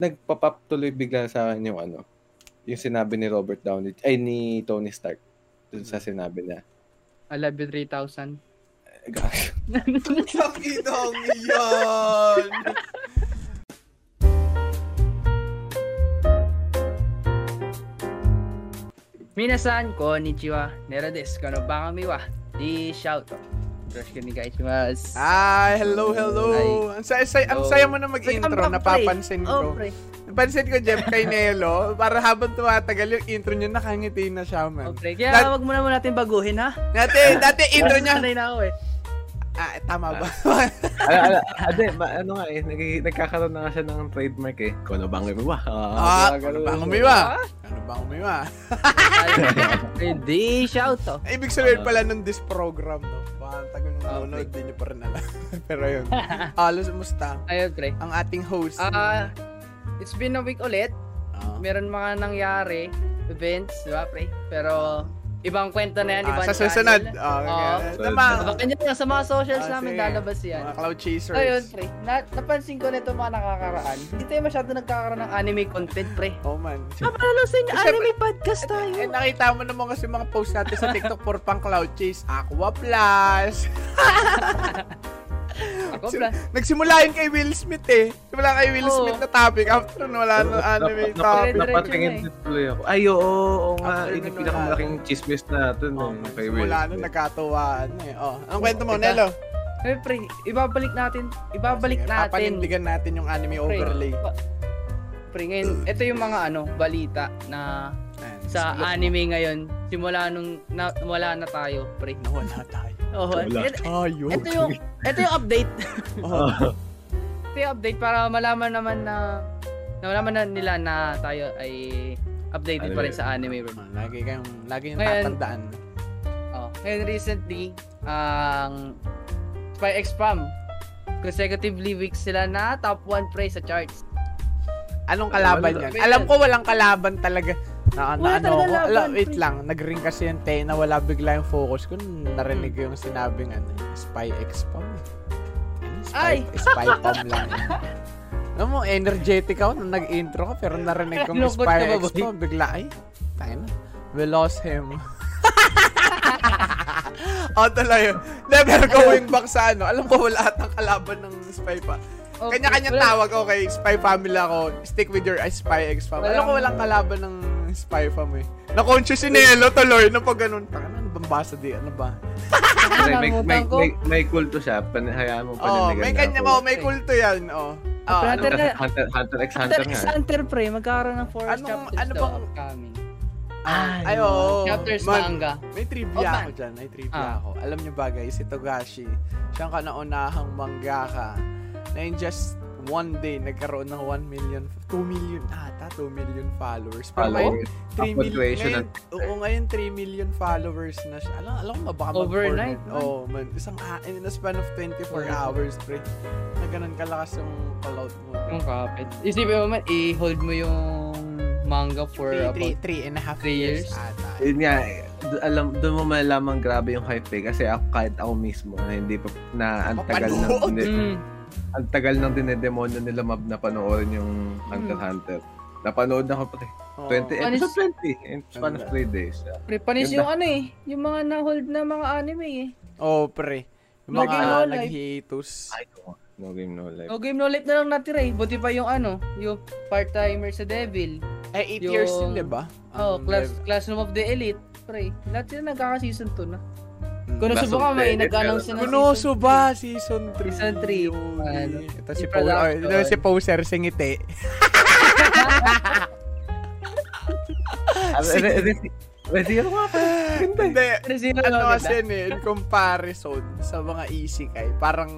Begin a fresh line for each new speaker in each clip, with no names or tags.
nagpa-pop tuloy bigla sa akin yung ano, yung sinabi ni Robert Downey, ay ni Tony Stark, dun sa sinabi niya.
I love you 3,000.
Gosh.
Takinong yan!
Minasan, konnichiwa. Nera des, kano baka miwa. Di shout out. Crush ko ni Gaishimas.
Ay, hello, hello! Ang saya, saya, ang saya mo na mag-intro, napapansin ko.
pre.
Napansin ko, Jeff Cainelo, para habang tumatagal yung intro niya, nakangiti na siya,
Oh,
man.
pre. Kaya
That-
wag mo naman natin baguhin, ha?
Dati, dati intro Ano niya,
Sanay na ako, eh.
ah, tama ba?
ala, ala, ade, ma, ano nga eh, nag, nagkakaroon na nga siya ng trademark eh. Kono bang ba?
Ah, ano bang umiwa? Ano bang umiwa?
Ay, Di shout out.
Ibig sabihin pala nung this program, no? Baka ang tagal nung nanonood, di niyo pa rin alam. Pero yun. Alos, musta?
Ayun, pre.
Ang ating host. Ah.
Ah, it's been a week ulit. Meron mga nangyari, events, di ba, pre? Pero, ibang kwento na yan,
Ah,
ibang
sa susunod.
channel.
Ah,
Oo.
okay.
Susunod.
Tama.
Abangan nyo lang sa mga socials
Ah,
namin
sige.
lalabas yan.
Mga cloud chasers.
Ayun, pre. Na, napansin ko nito mga nakakaraan. Hindi tayo masyado nagkakaroon ng anime content, pre.
Oh man.
Kapalalo sa inyo,
Kasi- anime
podcast
Eh, nakita mo naman kasi mga post natin sa TikTok for pang cloud chase. Aqua Plus.
Ako, plus.
Nagsimula yun kay Will Smith eh. Simula kay Will
Oo.
Smith na topic. After nun, wala na anime topic.
Diretso
Napatingin
na
din tuloy ako. Ay, oo, oo
After
nga. Yun yung
nun,
pinakamalaking chismis natin.
Oh,
Oh,
man.
kay Will.
Simula nun, nagkatawaan eh. Oh, ang kwento mo,
Teka.
Nelo.
Eh, pre, ibabalik natin, ibabalik
Sige,
natin.
Papanindigan natin yung anime
Pre,
overlay.
pa- Pre, ngayon, ito yung mga ano, balita na
Ayan,
sa
sige.
anime ngayon, simula nung na, wala na tayo, pre.
Nawala tayo.
Oh,
Wala.
et-
Tayo.
ito yung ito yung update.
Oh,
Ito yung update para malaman naman na na malaman na nila na tayo ay updated pa rin
Anime.
sa anime. Bro.
ah, lagi kayong, lagi yung
Ngayon-
tatandaan.
Oh, ngayon recently, ang Spy X Pam consecutively weeks sila na top 1 pre sa charts.
Anong kalaban
Wala.
yan? Alam ko walang kalaban talaga. Na,
Wala
na, ano,
talaga
ko, ala,
laban,
wait
pre.
lang, nag-ring kasi yung Tena, wala bigla yung focus ko. nung Narinig ko yung sinabing ano, Spy X Pom. Ano, Spy,
Ay!
Spy Pom lang. yun. Alam mo, energetic ako nung nag-intro ka, pero narinig ko yung
Lungkot ka
Spy
ba,
X Pom. Bigla, ay, tayo na. We lost him. oh, tuloy yun. Hindi, pero going back sa ano, alam ko wala atang kalaban ng Spy pa.
Okay,
Kanya-kanya
wala-
tawag, okay, spy family ako, stick with your spy ex fam. Alam
Walang-
ko walang kalaban ng spy fam eh. Na-conscious si Nelo tuloy, na pag ganun, "Taka, ano bang basa di, ano ba?
May, may, may,
Nakalimutan ko.
may, may kulto siya. Pan, hayaan mo
Oh,
paninigan
may
na
kanya
ako.
mo, may kulto yan, oh. Ah,
Brother,
ano,
Hunter, Hunter, Hunter x Hunter
Hunter
nga. eh.
x Hunter pre, magkaroon ng 4
Anong-
chapters
ano
ano
bang-
upcoming.
ah,
Ay,
ay, oo.
ano chapters
Man,
manga.
May
Oh,
trivia
man.
ako dyan, may trivia
Ah.
ako. Alam niyo ba guys, si Togashi, siyang kanaunahang mangaka na in just one day nagkaroon ng 1 million, 2 million ata, 2 million followers. Pero
Follow.
ngayon, 3
Ang
million.
fluctuation
Ngayon, oo, ngayon 3 million followers na siya. Alam, alam mo ba, baka mag
Overnight, man.
Oo, oh, man. Isang, a- in a span of 24
Overnight.
hours, pre. Na ganun kalakas yung cloud mo.
Yung kapit. Isipin mo man, i-hold mo yung manga for
3,
about
3, 3 and a half
three
years.
years.
ata.
Yun nga, eh, d- alam, doon mo malaman grabe yung hype eh. Kasi ako, kahit ako mismo, na hindi pa, na ang tagal ng,
Mapanood.
dine,
Mm.
ang tagal ng dinedemonyo nila mab na panoorin yung Hunter x Hunter. Napanood na ko pre.
Oo.
20,
Ano
episode
is-
20, in span of 3 days. ah.
Pre, panis
Ganda.
yung ano eh, yung mga na-hold na mga anime eh.
Oo, pre. Yung mga
Lagi wala eh.
nag-hiatus.
Ay, no. No game, no life.
No game no life na lang natira eh. Buti pa yung ano, yung part-timer sa Devil.
Eh, 8
Yung-
years yun, di ba?
Oh,
Ang
class,
level-
Classroom of the Elite. Pre, lahat sila nagkaka-season 2 na.
Mm.
Kunoso
Class
ba
of the
may
Elite,
nag-announce na ng
Kunoso
season
ba? Season 3.
Season three. Ano?
Ito
Si
si, po,
Production.
oh, ito si Poser, singiti.
Ah, re-
Sige.
re- Rezero nga pa.
Hindi.
Pero sino
Ano
ang
kasi eh, in comparison sa mga isekai, parang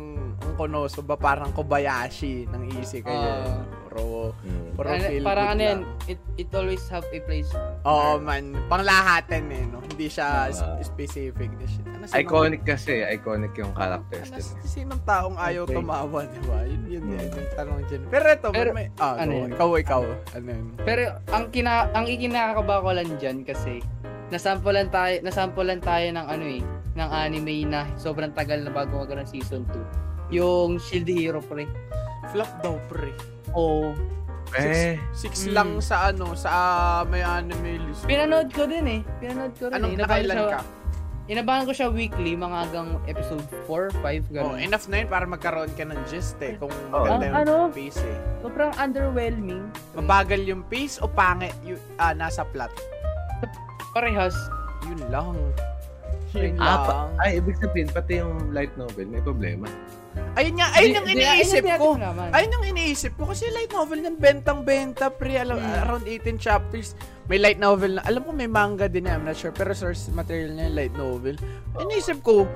ang Kunoso ba parang Kobayashi ng
Oh.
isekai.
Ah.
yun. Puro,
Hmm.
puro
Ano-
feel
Parang
good
ano yan,
lang.
it, it always have a place.
Oo man, panglahatan eh, no? Hindi siya s-
Ah.
specific na shit. Ano, sinong-
Iconic kasi. Iconic yung characters
Ano,
din.
s- sinong taong ayaw
Okay.
tumawa, di ba? Yun, yun,
Hmm.
yun, yung tanong dyan. Pero ito,
Pero,
may, ah,
ano
go,
yun?
ikaw, ikaw, ano yun?
Pero ang kina ang ikinakakaba ko lang diyan kasi nasampulan tayo nasampulan tayo ng ano eh ng anime na sobrang tagal na bago magkaroon ng season 2. Yung Shield Hero pre.
Flop daw, pre.
Oh,
Eh,
6
Hmm.
lang sa ano, sa ah, may anime list.
Pinanood ko din eh. Pinanood ko rin.
Anong
eh. Inabangan
nakailan
siya-
ka?
Inabangan ko siya weekly, mga hanggang episode 4, 5,
Oh,
gano'n.
enough na yun para magkaroon ka ng gist eh. Kung maganda yung
Ang ano?
pace eh.
Sobrang underwhelming.
Mabagal yung pace o pangit yung ah, nasa plot?
Parehas.
Yun lang. Yun
Ah, pa-
lang.
ay, ibig sabihin, pati yung light novel, may problema.
Ayun nga, ayun ang
Di- di-
iniisip
ayun ang
ko.
tinatanong naman.
Ayun ang iniisip ko kasi light novel ng bentang-benta pre, alam,
Hmm.
around 18 chapters. May light novel na, alam ko may manga din eh, I'm not sure, pero source material niya yung light novel. Iniisip ko,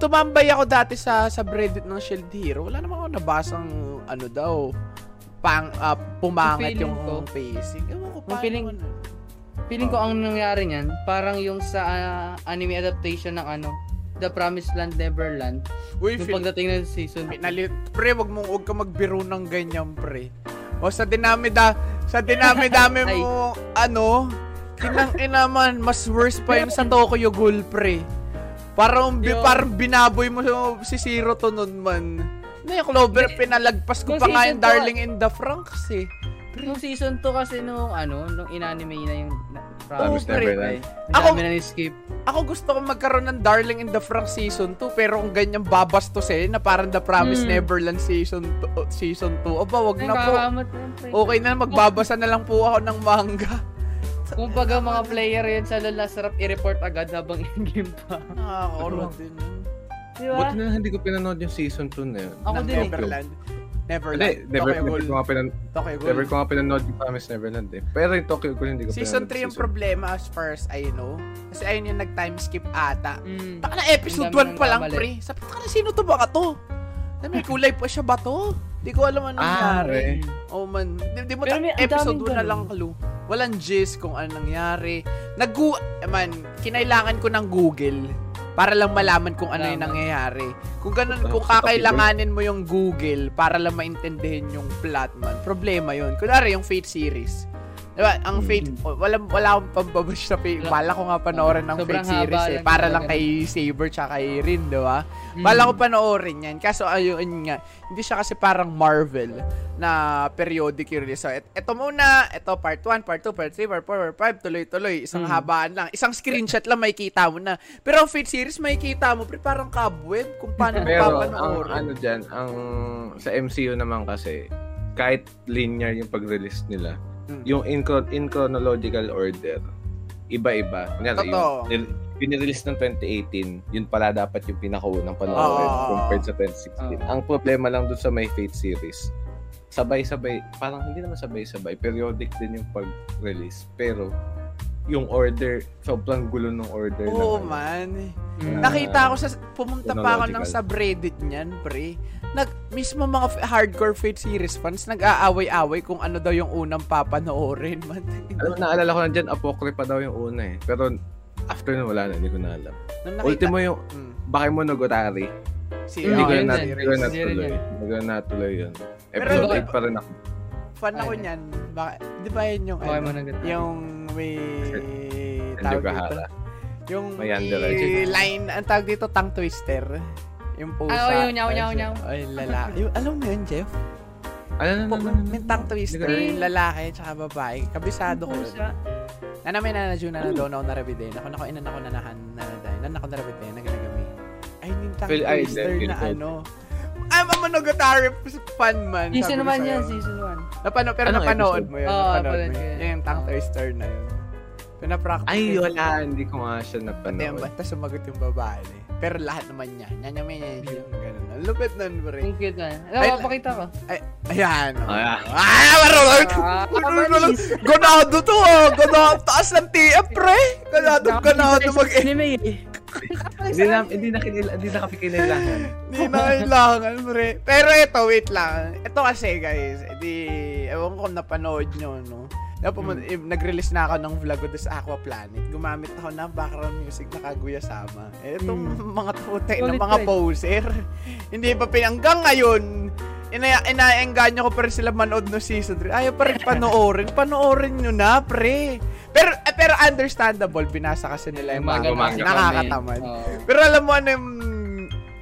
tumambay ako dati sa sa Reddit ng Shield Hero. Wala naman ako nabasang ano daw, pang, ah, pumangat
Feeling
yung
ko-
pacing. Ewan ko paano.
feeling-
ano.
Feeling ko ang nangyari niyan, parang yung sa ah, anime adaptation ng ano, The Promised Land Neverland,
Uy,
yung
feeling-
pagdating ng season.
Pinalit, pre, wag mong huwag ka magbiro ng ganyan, pre. O sa dinami da, sa dinami dami
Ay.
mo, ano, kinang inaman, mas worse pa yun sa Tokyo Ghoul, pre. Parang, bi,
Yo.
parang binaboy mo si Zero to nun man. Ano yung Clover, pinalagpas ko
Nung
pa
season
nga yung
two- ah.
Darling in the Franxx eh.
Yung season 2 kasi nung ano, nung inanime na yung na- eh.
Promised
pre.
Neverland.
Ang
Ako-
dami na ni-skip.
Ako gusto kong magkaroon ng Darling in the Franxx season 2 pero kung ganyan babastos eh na parang The Promised
Mm.
Neverland season 2 season 2. Aba, wag
Ay,
na po.
kakamot na, pre.
Okay na, magbabasa na lang po ako ng manga.
Kung baga mga player yun sa LoL, nasarap i-report agad habang in-game pa.
Nakakaulot din.
Di ba?
Buti na lang hindi ko pinanood yung season 2 na yun.
Ako
Ng
din eh.
Neverland. Neverland.
Hindi, never,
Tokyo
never,
Ghoul.
ko nga pinan-
Tokyo Ghoul.
never ko nga pinanood yung Promise Neverland eh. Pero yung Tokyo Ghoul hindi ko
Season
pinanood
3 yung problema as far as I know. Kasi ayun yung nag-time skip ata.
Mm.
Taka na episode
Ang dami
1 pa lang,
nagkamali.
pre. Sabi ko na, sino to ba ka to? Na may kulay pa siya ba to? Di ko alam ano
Ah,
nangyari.
eh.
Oh man, di, di mo
Pero
ta-
may- ang
episode
daming
1 na
ganun.
lang clue. Walang gist kung ano nangyari. Nagu, eh, man, kinailangan ko ng Google para lang malaman kung ano yung
Tama.
nangyayari. Kung ganun,
Totoo,
kung
sa topic
kakailanganin mo yung Google para lang maintindihan yung plot man, problema yun. Kunwari, yung Fate series. Diba,
Hmm.
ang Fate, o, wala, wala akong pambabash sa Fate.
Wala.
Bala ko nga panoorin ng
Sobrang
Fate series
haba
eh.
lang
Para
talaga.
lang kay Saber tsaka kay Rin, diba?
Mm.
Bala ko panoorin yan. Kaso ayun nga, hindi siya kasi parang Marvel na periodic yung release. So, et- eto muna, eto part 1, part 2, part 3, part 4, part 5, tuloy-tuloy. Isang
Mm.
habaan lang. Isang screenshot lang, makikita mo na. Pero ang Fate series, makikita mo, pre, parang cobweb kung paano mo
Pero ang
papanoorin.
ano dyan, ang sa MCU naman kasi, kahit linear yung pag-release nila,
Mm.
yung in, chron- in chronological order, iba-iba. Kunyari,
Totoo.
yung, yung release ng 2018, yun pala dapat yung pinakaunang panoorin
Oo.
compared sa 2016.
Oo.
Ang problema lang dun sa My Fate series, sabay-sabay, parang hindi naman sabay-sabay, periodic din yung pag-release. Pero, yung order, sobrang gulo ng order. ng
Oo,
ano.
man.
Nak-
Mm.
Nakita ko sa pumunta pa ako ng
Chronological.
subreddit niyan, pre. Nag mismo mga f- hardcore Fate series fans nag-aaway-away kung ano daw yung unang papanoorin, man.
Alam mo, naalala ko lang dyan, Apocrypha daw yung una eh. Pero after nun, wala na, hindi ko na alam.
Nung
Ultimo yung
Mm.
Bakemonogatari.
Si
Hindi
Hindi ko
yun
na
din.
hindi ko na
Hindi rin
natuloy.
yun.
Hindi ko na natuloy yun.
Pero-
Episode 8 pa rin ako.
Fan ako
Ayun.
niyan. Baka, di ba yun yung,
Okay
ano,
mo na ganun.
yung may,
Nandiyo
tawag dito,
Kahara.
yung
May
may
underage.
line, ang tawag dito, tongue twister. Yung pusa.
Ah, oh, yung nyaw, nyaw, nyaw.
Ay, lala. Yung, alam mo yun, Jeff?
Ano na
Po, may tongue twister,
Hindi ko-
yung lalaki, tsaka babae. Kabisado ko yun.
Pusa.
Nana may nanadyo na na doon ako narabide. Nako nako inan ako nanahan na dahil. Nan ako narabide na ginagami. Ay, yung tongue
Phil Island,
twister
yun,
na
Phil.
ano. Ay, mamonogatari fan man.
Season
sabi ko
1 yan,
sa'yo.
season 1.
Napano, pero
Anong
napanood
episode?
mo yun.
Oo,
napanood
napanood ko
mo yun.
yun.
Yun yung tongue twister na yun. Pero na-practice.
Ay,
ko yun.
wala. Hindi ko nga siya
Pati yung
napanood.
bata sumagot yung babae. eh. Pero lahat naman niya. Nyanyame, nyanyame. Ganun. Ang lupit nun, pre.
Ang cute na.
Ay,
Alam, mapakita ko.
Ayan. oh.
Ay, ah.
Ah, marunong.
Ah,
Marunong.
manis.
Ganado to, ah. Ganado. Taas ng TF, pre. Ganado, ganado mag
Anime eh.
Hindi na, hindi na, kinil, hindi na kami kinilahan.
Hindi na kailangan, pre. Pero ito, wait lang. Ito kasi, guys, di, ewan ko kung napanood nyo, no? Napum- eh, Nag-release na ako ng vlog ko doon sa Aqua Planet. Gumamit ako ng background music na Kaguya Sama. Eh, itong mga tutay ng
Solid
mga
choice.
poser. Hindi pa pinanggang ngayon. Ina inaengganyo ko pa rin sila manood no season 3. Ayaw pa rin panoorin. Panoorin nyo na, pre. Pero, eh, pero understandable, binasa kasi nila yung
Mga
mga
gumagawa
Nakakatamad.
Oo.
Pero alam mo ano yung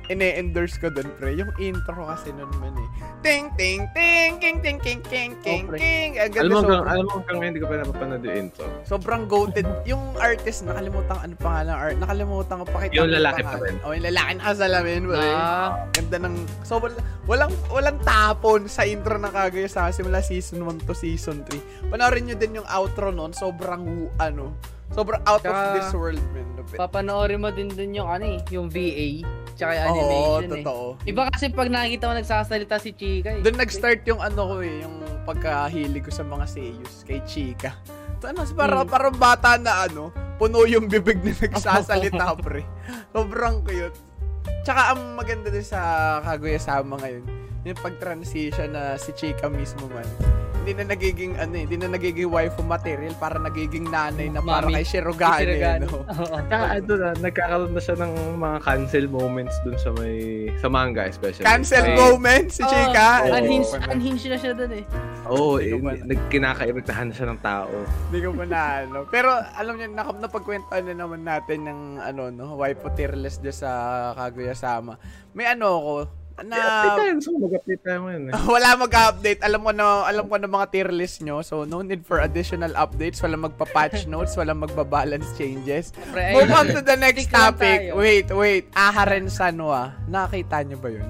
ine-endorse ko dun, pre. Yung intro kasi nun man eh. Ting, ting, ting, king, ting, king, king, king,
Oh, pre.
king. Ang ganda,
Alam mo, hanggang,
sobrang,
alam mo hanggang ngayon, hindi ko pa napapanood yung intro.
sobrang goated. Yung artist, nakalimutan, ano pa nga ng art, nakalimutan ko, pakita
Yung
ko
lalaki
pangalan.
pa rin.
Oh, yung lalaki na kasalamin, pre.
Ah,
Ganda ng, so wala, walang, walang tapon sa intro ng Kaguya sa simula season 1 to season 3. Panoorin nyo din yung outro nun, sobrang, ano, sobrang out of
Tsaka-
this world, man. Lupit.
papanoorin mo din dun yung ano eh, yung VA, tsaka yung
Oo,
animation eh.
totoo.
Iba kasi pag nakikita mo nagsasalita si Chika eh.
Doon nag-start yung ano ko eh, yung pagkahili ko sa mga seiyus kay Chika. So, ano, parang,
Hmm.
parang bata na ano, puno yung bibig na nagsasalita, pre. Sobrang cute. Tsaka ang maganda din sa Kaguya-sama ngayon, yung pag-transition na si Chika mismo man. Hindi na nagiging ano eh, hindi na nagiging waifu material para nagiging nanay na para
Mami.
kay Shirogane.
Si Shirogane.
ano.
Oo.
Saka ano na, nagkakaroon na siya ng mga cancel moments dun sa may sa manga especially.
Cancel
May-
moment
Oh.
si Chika.
Oo.
Unhinged, unhinged na siya dun eh.
Oo, oh,
Hindi ko pa-
nagkinakairitahan na siya ng tao.
Hindi ko pa na ano. Pero alam niyo, nakap napagkwentuhan na naman natin ng ano no, why po tearless doon sa Kaguya-sama. May ano ko na
update tayo. So, mag-update tayo ngayon. eh.
wala mag-update. Alam ko na alam ko na mga tier list nyo. So no need for additional updates, wala magpa-patch notes, wala magba-balance changes.
Pre,
Move
ayun.
on to the next
Stick lang
topic.
tayo.
Wait, wait. Aharen Sanwa. Nakita niyo ba 'yun?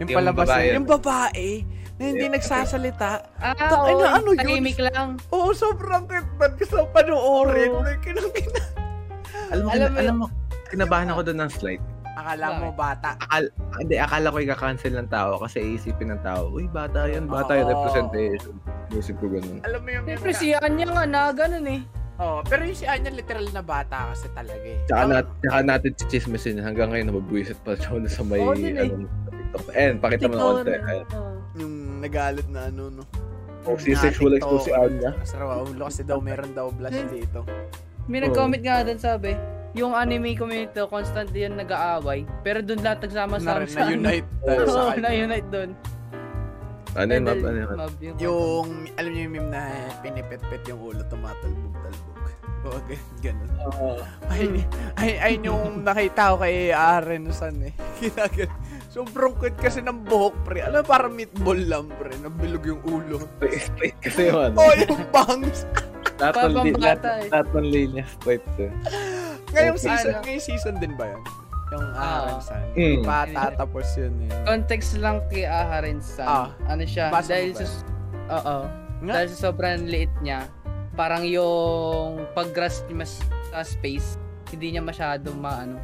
Yung
Yung
palabas na-
babae.
yung babae na hindi nagsasalita.
Ah,
Ta-
oo,
ano- ano yun?
Tahimik lang.
Oo, sobrang cute. Ba't gusto ko panoorin?
Oo.
Like, kinakita.
Alam mo,
Alam
alam,
mo-
mo, kinabahan ako doon ng slide.
Akala mo bata.
Akal, hindi, akala ko i-cancel ng tao kasi iisipin ng tao, uy, bata yan, bata yan,
Oo.
representation. Isip ko ganun.
Alam mo yung...
Siyempre si Anya nga na ganun eh.
Oo, pero yung si Anya literal na bata kasi talaga eh.
Tsaka,
Ang-
nat, tsaka natin si Chismisin hanggang ngayon nababwisit pa siya na sa may
Oo, dun eh.
ano, TikTok. And, pakita mo ng
Siguro
konti.
na-
Ayan.
oo.
Yung nagalit na ano, no?
Oh, si sexual expose si Anya.
Mas raw ulo kasi daw meron daw blush dito.
May
Oo.
Oh.
nag-comment nga doon sabi, yung anime community daw, constantly yan nag-aaway, pero doon lahat nagsama-sama
Na, na unite
Oo,
sa
Oo,
kanya.
na-unite doon.
Ano yun, map? Ano yun, map?
Mab yung-
Yung, alam niyo yung meme na pinipit-pit yung ulo, tumatalbog-talbog. Oo, gan- ganun. Ay,
Hmm.
ay, ay, yung nakita ko kay Aaron San eh. Ginagano. Sobrang cute kasi ng buhok, pre. Alam, mo, parang meatball lang, pre. Nabilog yung ulo.
Straight, straight kasi yung ano.
Oh, yung bangs!
Lahat ng li-
Pambata
lahat,
eh.
lahat ng linya straight eh.
Ngayong
Okay.
season,
Ano?
ngayong season din ba yun? Yung
Ah.
Aaron San.
Mm.
Patatapos yun eh.
Context lang kay Aharen San.
Ah.
ano siya,
Basa mo
dahil
ba?
sa... Oo.
Nga.
Dahil sa sobrang liit niya, parang yung pag-grasp niya mas- sa space, hindi niya masyadong maano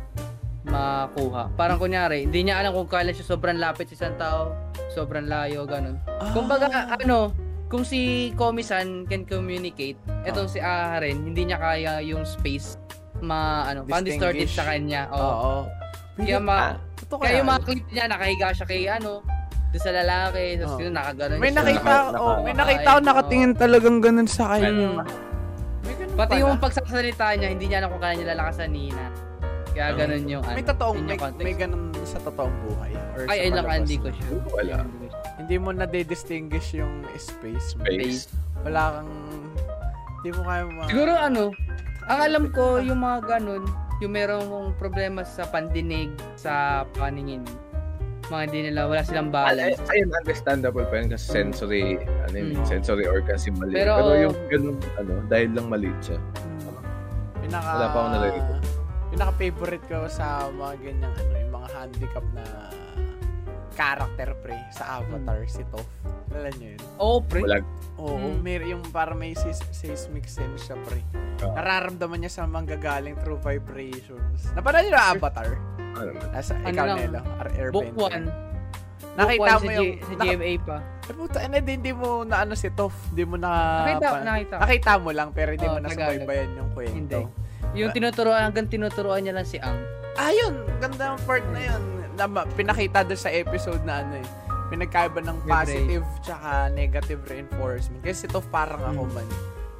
makuha. Parang kunyari, hindi niya alam kung kailan siya sobrang lapit sa isang tao, sobrang layo, ganun.
Ah.
Kumbaga, ano, kung si Komisan can communicate, etong
Ah.
si Aha rin, hindi niya kaya yung space ma ano, parang distorted
Distinguish.
sa kanya. Oo.
Oo.
Kaya ma
Totoo
kaya yung
kaya?
mga clip niya nakahiga siya kay ano, doon sa lalaki, tapos
Oo.
yun nakaganon
May
siya.
nakita
Naka-
ako, may
naka-
nakita ako nakatingin talagang ganun sa
Mm.
kanya. May ganun
Pati
pala.
yung pagsasalita niya, hindi niya alam kung kailan niya lalakasan ni Nina. Kaya
Oo.
ganun yung ano.
Ah. May totoong,
yun
may,
yung context.
may ganun sa totoong buhay. Or sa
Ay, ay lang,
palabas.
hindi ko sure.
Wala.
Hindi mo na distinguish yung space mo.
Face.
Wala kang... Hindi mo kaya ma...
Siguro ano, ang alam ko yung mga ganun, yung merong problema sa pandinig, sa paningin. Mga hindi nila, wala silang
Ay,
balance.
ayun, understandable pa yun kasi sensory, ano yun,
Mm.
sensory organ si mali.
Pero-
Pero, yung ganun, ano, dahil lang maliit siya.
Mm. Pinaka...
Wala pa akong nalilito.
Pinaka-favorite ko sa mga ganyang ano, yung mga handicap na character pre sa Avatar
Hmm.
si Toph. Alam niyo yun?
Oo, Oh, pre.
Wala.
Oo,
Mm.
may, yung para may sis- seismic sense siya pre.
Oo.
Nararamdaman niya sa manggagaling through vibrations. Napanood niyo na Avatar?
Ano naman.
Nasa
Ano
ikaw
lang,
Nelo, ar- airbender.
Book 1.
Nakita mo
sa,
yung...
G- sa
naka-
GMA pa.
Ay, puta, ano, hindi, hindi mo na ano si Toph. Hindi mo na...
Nakita,
pa-
nakita.
Nakita mo lang, pero hindi
Oo,
mo na
Tagalog.
subaybayan yung kwento.
Hindi. Yung tinuturuan, hanggang tinuturuan niya lang si Ang.
Ah, yun. Ganda ang part na yun. Na, ma- pinakita doon sa episode na ano eh. Pinagkaiba ng
Yung
positive tsaka negative reinforcement. Kasi si Toph
Mm.
parang ako man.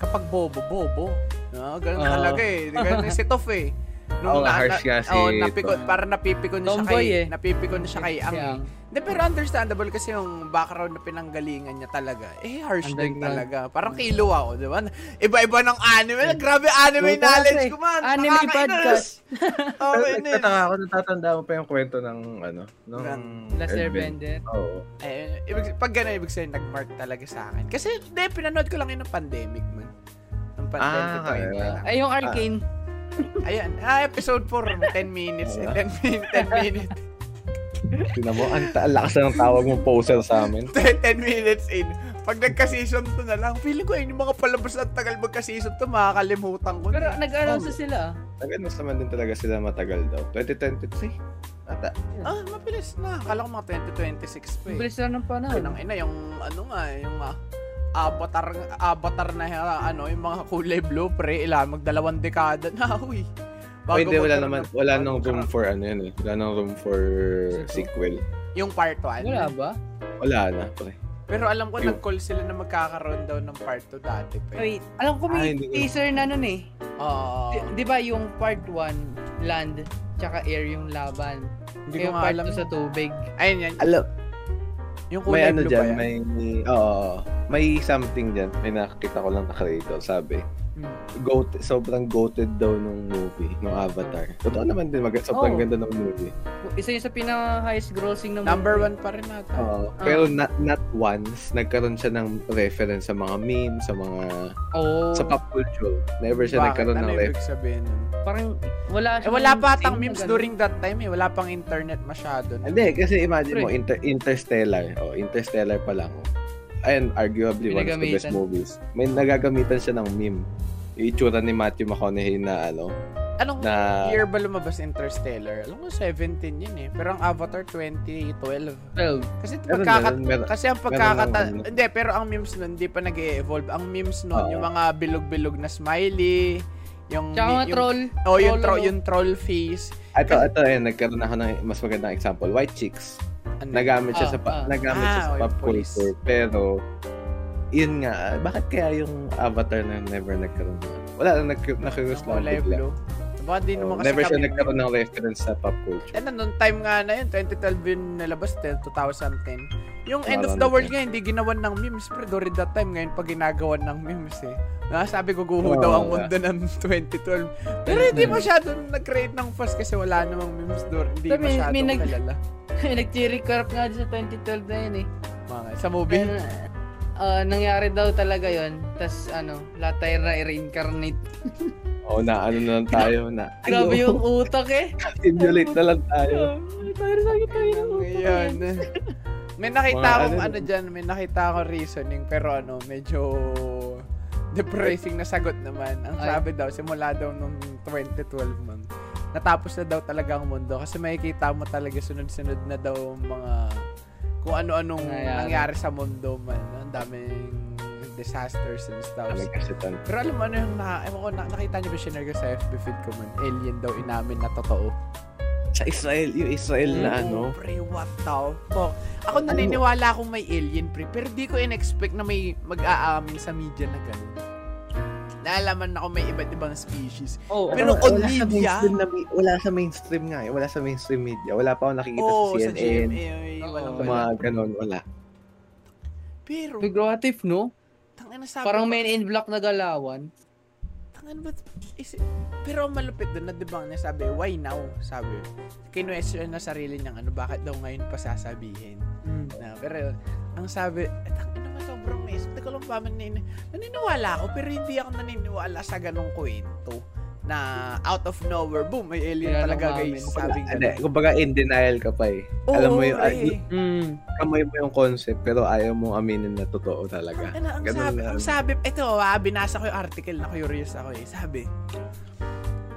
Kapag bobo, bobo. eh. No? Ganun
Ah.
talaga eh. Ganun yung si Toph eh.
Oo nga, harsh nga si-
oh, napikon, para napipikon na siya
Tomboy
kay,
eh.
napipikon na siya kay Ang. eh. Hindi, pero understandable kasi yung background na pinanggalingan niya talaga. Eh, harsh
Underground.
din talaga.
mm.
Parang kilo ako, di ba? Iba-iba ng anime. Grabe anime
Oo,
knowledge
kasi,
ko, man.
eh. anime
Nakakainis.
podcast.
Pero
Okay, din.
nagtataka ako, natatanda mo pa yung kwento ng, ano, ng... Airbender.
Last Airbender.
Oo.
Eh, ibig, pag gano'n, ibig sabihin, nag-mark talaga sa akin. Kasi, hindi, pinanood ko lang yun ng pandemic, man. Ng pandemic,
Ah,
to, yun
kaya.
lang.
Ay, yung Arcane.
Ah. Ayan, ah, episode 4, 10 minutes,
Oo.
10 minutes, 10 minutes,
Tingnan mo, ang ta- ang lakas na ng tawag mo poser sa amin.
10 minutes in. Pag nagka-season 2 na lang, feeling ko yun, yung mga palabas na tagal magka-season 2, makakalimutan ko. na. eh.
Pero nag-announce sila. ah.
Nag-announce naman din talaga sila matagal daw. 2023? Ata.
Ah, mabilis na. Akala ko mga 2026 pa eh.
Bilis na ng panahon.
Ang ina, yung ano nga, yung ah, avatar, avatar na ah, ano, yung mga kulay blue, pre, ilan, magdalawang dekada na, uy.
O hindi, wala
magkaroon
naman, wala
ng- bago
nang room
magkaroon-
for ano yun eh. Wala nang room for sequel.
Yung part 1.
Wala ba?
Wala na, pre.
Pero alam ko,
Yung-
nag-call sila na magkakaroon daw ng part 2 dati pa. eh. Ah,
Wait, alam ko
Ah,
may
hindi ko-
teaser na nun eh.
Oo.
Di- Di ba yung part 1, land, tsaka air yung laban.
hindi
Yung
ko nga
part
alam.
2 sa tubig.
Ayun yan.
Alam,
Yung
may
kulay
ano
blue
dyan,
ba yan?
may, oo, may something dyan. May nakakita ko lang na creator, sabi.
Hmm.
Goat, sobrang goated daw nung movie, nung Avatar. Totoo naman din, mag- sobrang
Oo.
Oh.
ganda ng movie.
Isa yun sa pinaka-highest grossing ng
Number 1 pa rin natin.
Oo. pero not, not once, nagkaroon siya ng reference sa mga memes, sa mga,
Oh,
sa pop culture. Never siya nagkaroon
Ah. ano
ng
ibig
reference.
sabihin nun?
parang wala
Eh,
siyang
wala pa
instinct
atang
na
memes
ganun.
during that time eh. Wala pang internet masyado. nun.
Hindi, kasi imagine
Pre.
mo, inter- Interstellar. Oh, Interstellar pa lang. Oh. And arguably one of the best
Pinagamitan.
movies. May nagagamitan siya ng meme. Yung itsura ni Matthew McConaughey na ano,
Anong
na
year ba lumabas Interstellar? Alam ko 17 yun eh. Pero ang Avatar 2012.
12.
Kasi
Meron
pagkakat
na, meron-
kasi ang
meron
pagkakata
na, meron na.
hindi pero ang memes nun hindi pa nag-evolve. Ang memes nun
Oo.
yung mga bilog-bilog na smiley, yung
Tsaka mga
yung-
troll.
Oh, yung, tro-
troll, ano?
yung troll face.
Ito, ito eh, nagkaroon ako ng mas magandang example. White Chicks.
Ano?
Nagamit siya
Ah,
sa, pa-
ah.
nagamit siya
Ah,
sa
oh, yung
pop
police.
culture. Pero, yun nga, bakit kaya yung avatar na never nagkaroon ng Wala na, nag- nakirus lang
Kulay
bigla.
blue. Diba, di
Oh,
naman kasi
never siya
kami-
nagkaroon ng reference sa pop culture.
Eh, nung time nga na yun, 2012 yun nalabas, 2010. Yung End of
Parang
the World
yun.
nga, hindi ginawan ng memes. Pero during that time, ngayon pa ginagawan ng memes eh. Na, sabi ko,
Oo,
guho daw ang
wala.
mundo ng 2012. Pero hindi masyado nag-create ng fuss kasi wala namang memes doon. Hindi
Pero may-
masyado
may nag-
kalala.
Nag-record nga dyan sa 2012 na yun eh.
Mga, sa movie.
Pero, ah, nangyari daw talaga yun. Tapos ano, lahat tayo na-reincarnate.
Oo na, ano na lang tayo na.
Grabe
Ayun,
yung utak eh.
Simulate na lang tayo.
Tayo sa akin tayo ng utak. eh.
Ngayon. May nakita
Mga
akong
ano-
ano dyan, may nakita akong reasoning, pero ano, medyo depressing na sagot naman. Ang
Ay.
sabi daw, simula daw nung 2012 man, natapos na daw talaga ang mundo kasi makikita mo talaga sunod-sunod na daw ang mga kung ano-anong
Nangyari.
nangyari sa mundo man. Ang daming disasters and stuff.
Talaga siya tan.
Pero alam mo ano yung na, ewan ko, na, nakita niyo ba sinare ko sa FB feed ko man, alien daw inamin na totoo.
Sa Israel, yung Israel na
Oo,
ano.
Pre, what the fuck? Ako naniniwala akong may alien, pre. Pero di ko in-expect na may mag-aamin sa media na gano'n. Naalaman ako may iba't ibang species.
Oh,
Pero
Wala- wala
on
sa
media?
mainstream na mi- wala sa mainstream nga eh. Wala sa mainstream media. Wala pa ako nakikita
Oo,
sa
sa
CNN.
GMA. walang-
Sa mga ganun, wala.
Pero,
pero what if, no?
tangin na sabi
Parang
ko,
main in block na galawan.
Tangan ba't ano is Pero ang malupit doon na debang niya sabi, why now? Sabi. Kinwestiyon na sarili niyang ano, bakit daw ngayon pa sasabihin? Na, pero ang sabi, eh, tangin naman sobrang mess. Hindi ko lang pa manin- naniniwala ako, pero hindi ako naniniwala sa ganong kwento na out of nowhere, boom, may alien
Kaya
talaga
nung
guys.
amin.
Sabi
Ano, eh, kumbaga in denial ka pa eh. Alam mo yung,
pre.
Mm.
kamay mo yung concept pero ayaw mo aminin na totoo talaga.
Ano, ang
Ganun
sabi,
lang.
ang sabi, ito ah, binasa ko yung article na curious ako eh. Sabi,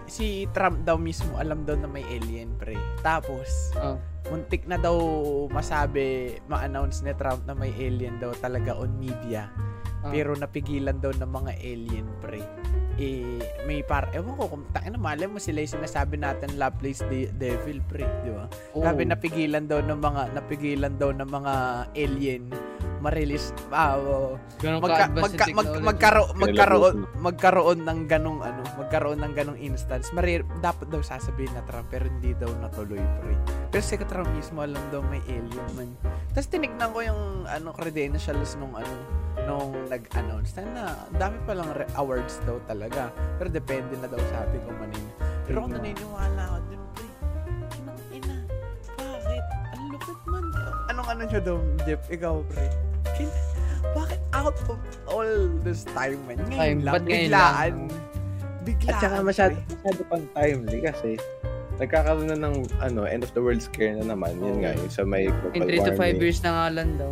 si Trump daw mismo alam daw na may alien, pre. Tapos,
Oh.
muntik na daw masabi, ma-announce ni Trump na may alien daw talaga on media.
Ah.
Pero napigilan daw ng mga alien, pre. Eh, may par, ewan ko, kung takin na malay mo sila yung sinasabi natin Laplace de- Devil, pre, di ba?
Oh.
Sabi napigilan daw ng mga napigilan daw ng mga alien ma-release. Ah, oo.
Ganun
magka,
ka-advance yung
magka, mag,
technology.
magkaro, magkaroon
Kinalabasan.
magkaroon ng ganong ano, magkaroon ng ganong instance. Mari, dapat daw sasabihin na Trump pero hindi daw natuloy pre. Pero si Trump mismo alam daw may alien man. Tapos tinignan ko yung ano credentials nung ano nung nag-announce na, na ang dami pa lang awards daw talaga. Pero depende na daw sa atin kung manin. Pero kung naniniwala ako dun, pre, inang ina, bakit? Ang lupit man. Anong ano nyo daw, Jeff? Ikaw, pre. Kin- Bakit out of all this time, man? Ngayon
Time,
lang,
ba't ngayon
biglaan.
lang?
Biglaan,
At saka masyado,
pre.
masyado pang timely kasi nagkakaroon na ng ano, end of the world scare na naman. Yun nga, yung sa may global
In 3 to 5
warming.
years na nga lang daw.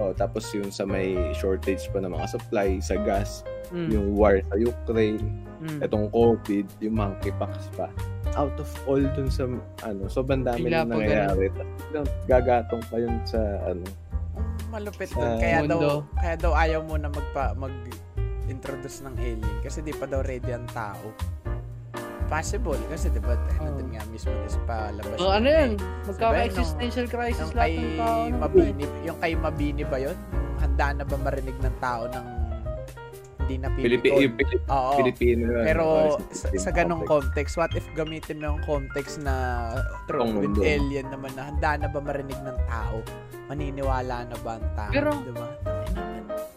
Oh, tapos yung sa may shortage pa ng mga supply sa gas,
Hmm.
Mm,
yung war sa Ukraine,
mm.
etong COVID, yung monkeypox pa. Out of all dun sa, ano, sobrang dami na
Bigla po
nangyayari. Tapos biglang gagatong pa yun sa, ano,
Ang Mm, malupit
Sa
dun. Kaya daw,
mundo.
kaya daw ayaw mo na magpa, mag-introduce ng alien kasi di pa daw ready ang tao. Possible kasi di ba tayo
Oh.
nandun nga mismo is palabas.
Oh,
ng
ano
alien.
yun? Magkaka-existential crisis
Yung
lahat
kay
ng tao. nun, pre.
Mabini, yung kay Mabini ba yun? Yung handa na ba marinig ng tao ng hindi na
Pilipi-
pinikon?
Pilipi-
Oo.
Pilipino. yun.
Pero
Oh,
sa,
Pilipino
sa ganong
complex.
context, what if gamitin mo yung context na through
Ang
with
mundo.
alien naman na handa na ba marinig ng tao? Maniniwala na ba ang tao?
Pero-
diba?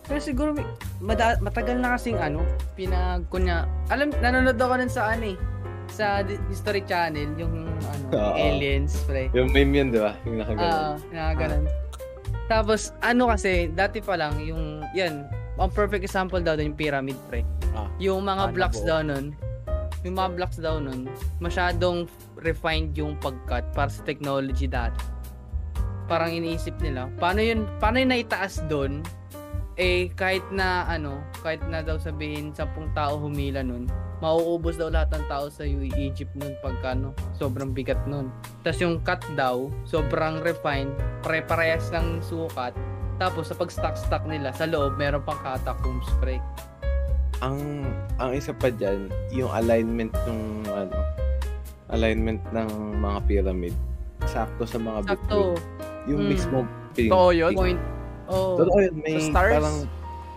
Pero siguro, may- mada- matagal na kasing ano, pinag, kunya, alam, nanonood ako nun sa ano eh, sa Di- History Channel, yung ano,
Oo.
aliens, pre.
Yung meme yun, di ba? Yung
Ah.
nakagano.
Oo, nakaganon. Tapos, ano kasi, dati pa lang, yung, yan, ang perfect example daw dun, yung pyramid, pre.
Ah.
Yung mga
Ah,
blocks
nabuo.
daw nun, yung mga blocks daw nun, masyadong refined yung pagkat para sa technology dati. Parang iniisip nila, paano yun, paano yun naitaas doon, eh, kahit na, ano, kahit na daw sabihin, sampung tao humila nun, mauubos daw lahat ng tao sa U- Egypt nun pagka, ano, sobrang bigat nun. Tapos yung cut daw, sobrang refined, pare-parehas ng sukat. Tapos sa pag-stack-stack nila, sa loob, meron pang catacombs, pre.
Ang, ang isa pa dyan, yung alignment ng, ano, alignment ng mga pyramid. Sakto sa mga Bitcoin.
Sakto,
Yung
Mm.
mismo pin.
Totoo yun?
point. Oh,
Totoo yun. May
Sa stars?
parang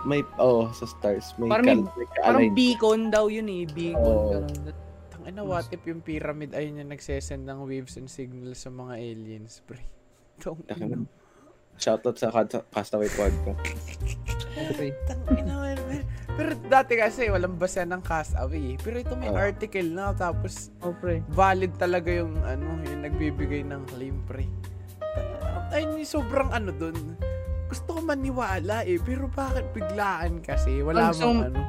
may oh sa stars may
Parang
kal-
may-
may
parang
ka-align.
beacon daw yun eh, beacon.
Oo.
ganun.
Tang ina, what if yung pyramid ayun yung nagsesend ng waves and signals sa mga aliens, pre? Tong
Taka
ina.
na. Shoutout sa Cast- Castaway Podcast.
Okay.
Tang ina, man, man. Pero dati kasi walang basa ng castaway. eh. Pero ito may
Oo.
article na tapos
Oh, pre.
valid talaga yung ano, yung nagbibigay ng claim, pre. Ay, sobrang ano dun. Gusto ko maniwala eh, pero bakit biglaan kasi?
Ang
Wala
sum-
bang ano.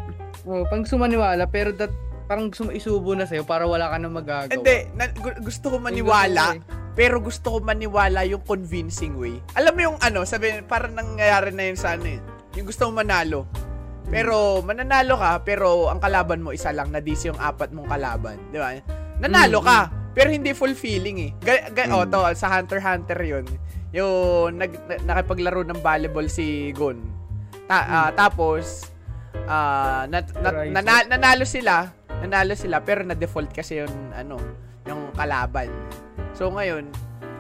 Oh, pang sumaniwala, pero that, parang sum- isubo na sa'yo para wala ka nang magagawa. eh.
Hindi, na- gu- gusto ko maniwala, pero gusto ko maniwala yung convincing way. Alam mo yung ano, sabi, parang nangyayari na yun sa ano eh. Yung gusto mo manalo. Pero mananalo ka, pero ang kalaban mo isa lang, nadisi yung apat mong kalaban. Di ba? Nanalo
Mm,
ka, pero hindi fulfilling eh. Ga- ga- oh,
Mm.
to, sa Hunter x Hunter yun. Yung nag, na- nakipaglaro ng volleyball si Gon. Ta- ah, tapos, ah, nat- nat-
Horizon.
nana- nanalo sila, nanalo sila, pero na-default kasi yung, ano, yung kalaban. So, ngayon,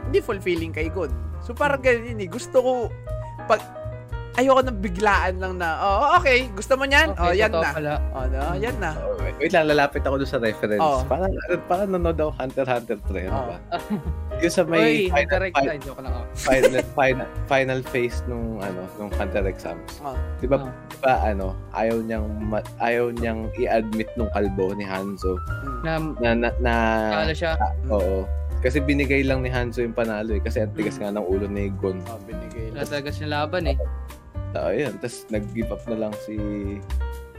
hindi fulfilling kay God. So, parang ganyan yun eh. Gusto ko, pag, ayoko nang biglaan lang na, oh, okay, gusto mo niyan? oh, yan
totoo
na.
Pala. Hmm.
Oh, no, yan na.
Oh, wait, wait lang, lalapit ako doon sa reference.
Oo.
Parang, parang nanonood ako Hunter x Hunter pre. ano
Oo.
ba? Yung sa
May
may
Uy,
final,
direct
fi-
line. Joke lang ako.
final, final, final phase nung ano nung Hunter exams.
Oo.
'Di ba?
Oo.
'Di ba ano, ayaw niyang ma- ayaw niyang i-admit nung kalbo ni Hanzo
Mm.
Na,
na na, na
kala siya.
oo. Kasi binigay lang ni Hanzo yung panalo eh. Kasi ang tigas
Mm.
nga ng ulo ni Gon.
Oh, binigay
Wala
lang.
talaga siyang laban eh.
So, ayun. Tapos nag-give up na lang si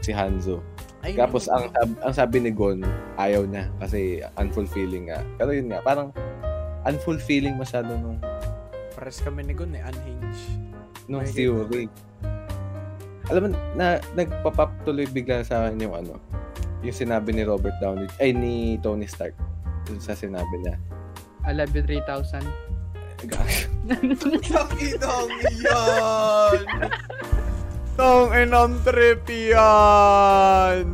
si Hanzo.
Ayun
Tapos
yung-
ang sab- ang sabi ni Gon, ayaw niya kasi unfulfilling nga. Pero yun nga, parang unfulfilling masyado nung
Pares kami ni Gun eh, unhinged.
nung
May
theory. Alam mo, na, nagpa-pop tuloy bigla sa akin yung ano, yung sinabi ni Robert Downey, ay ni Tony Stark. Dun sa sinabi niya.
I love you 3,000.
Takinong yan! Tong inang trip yan!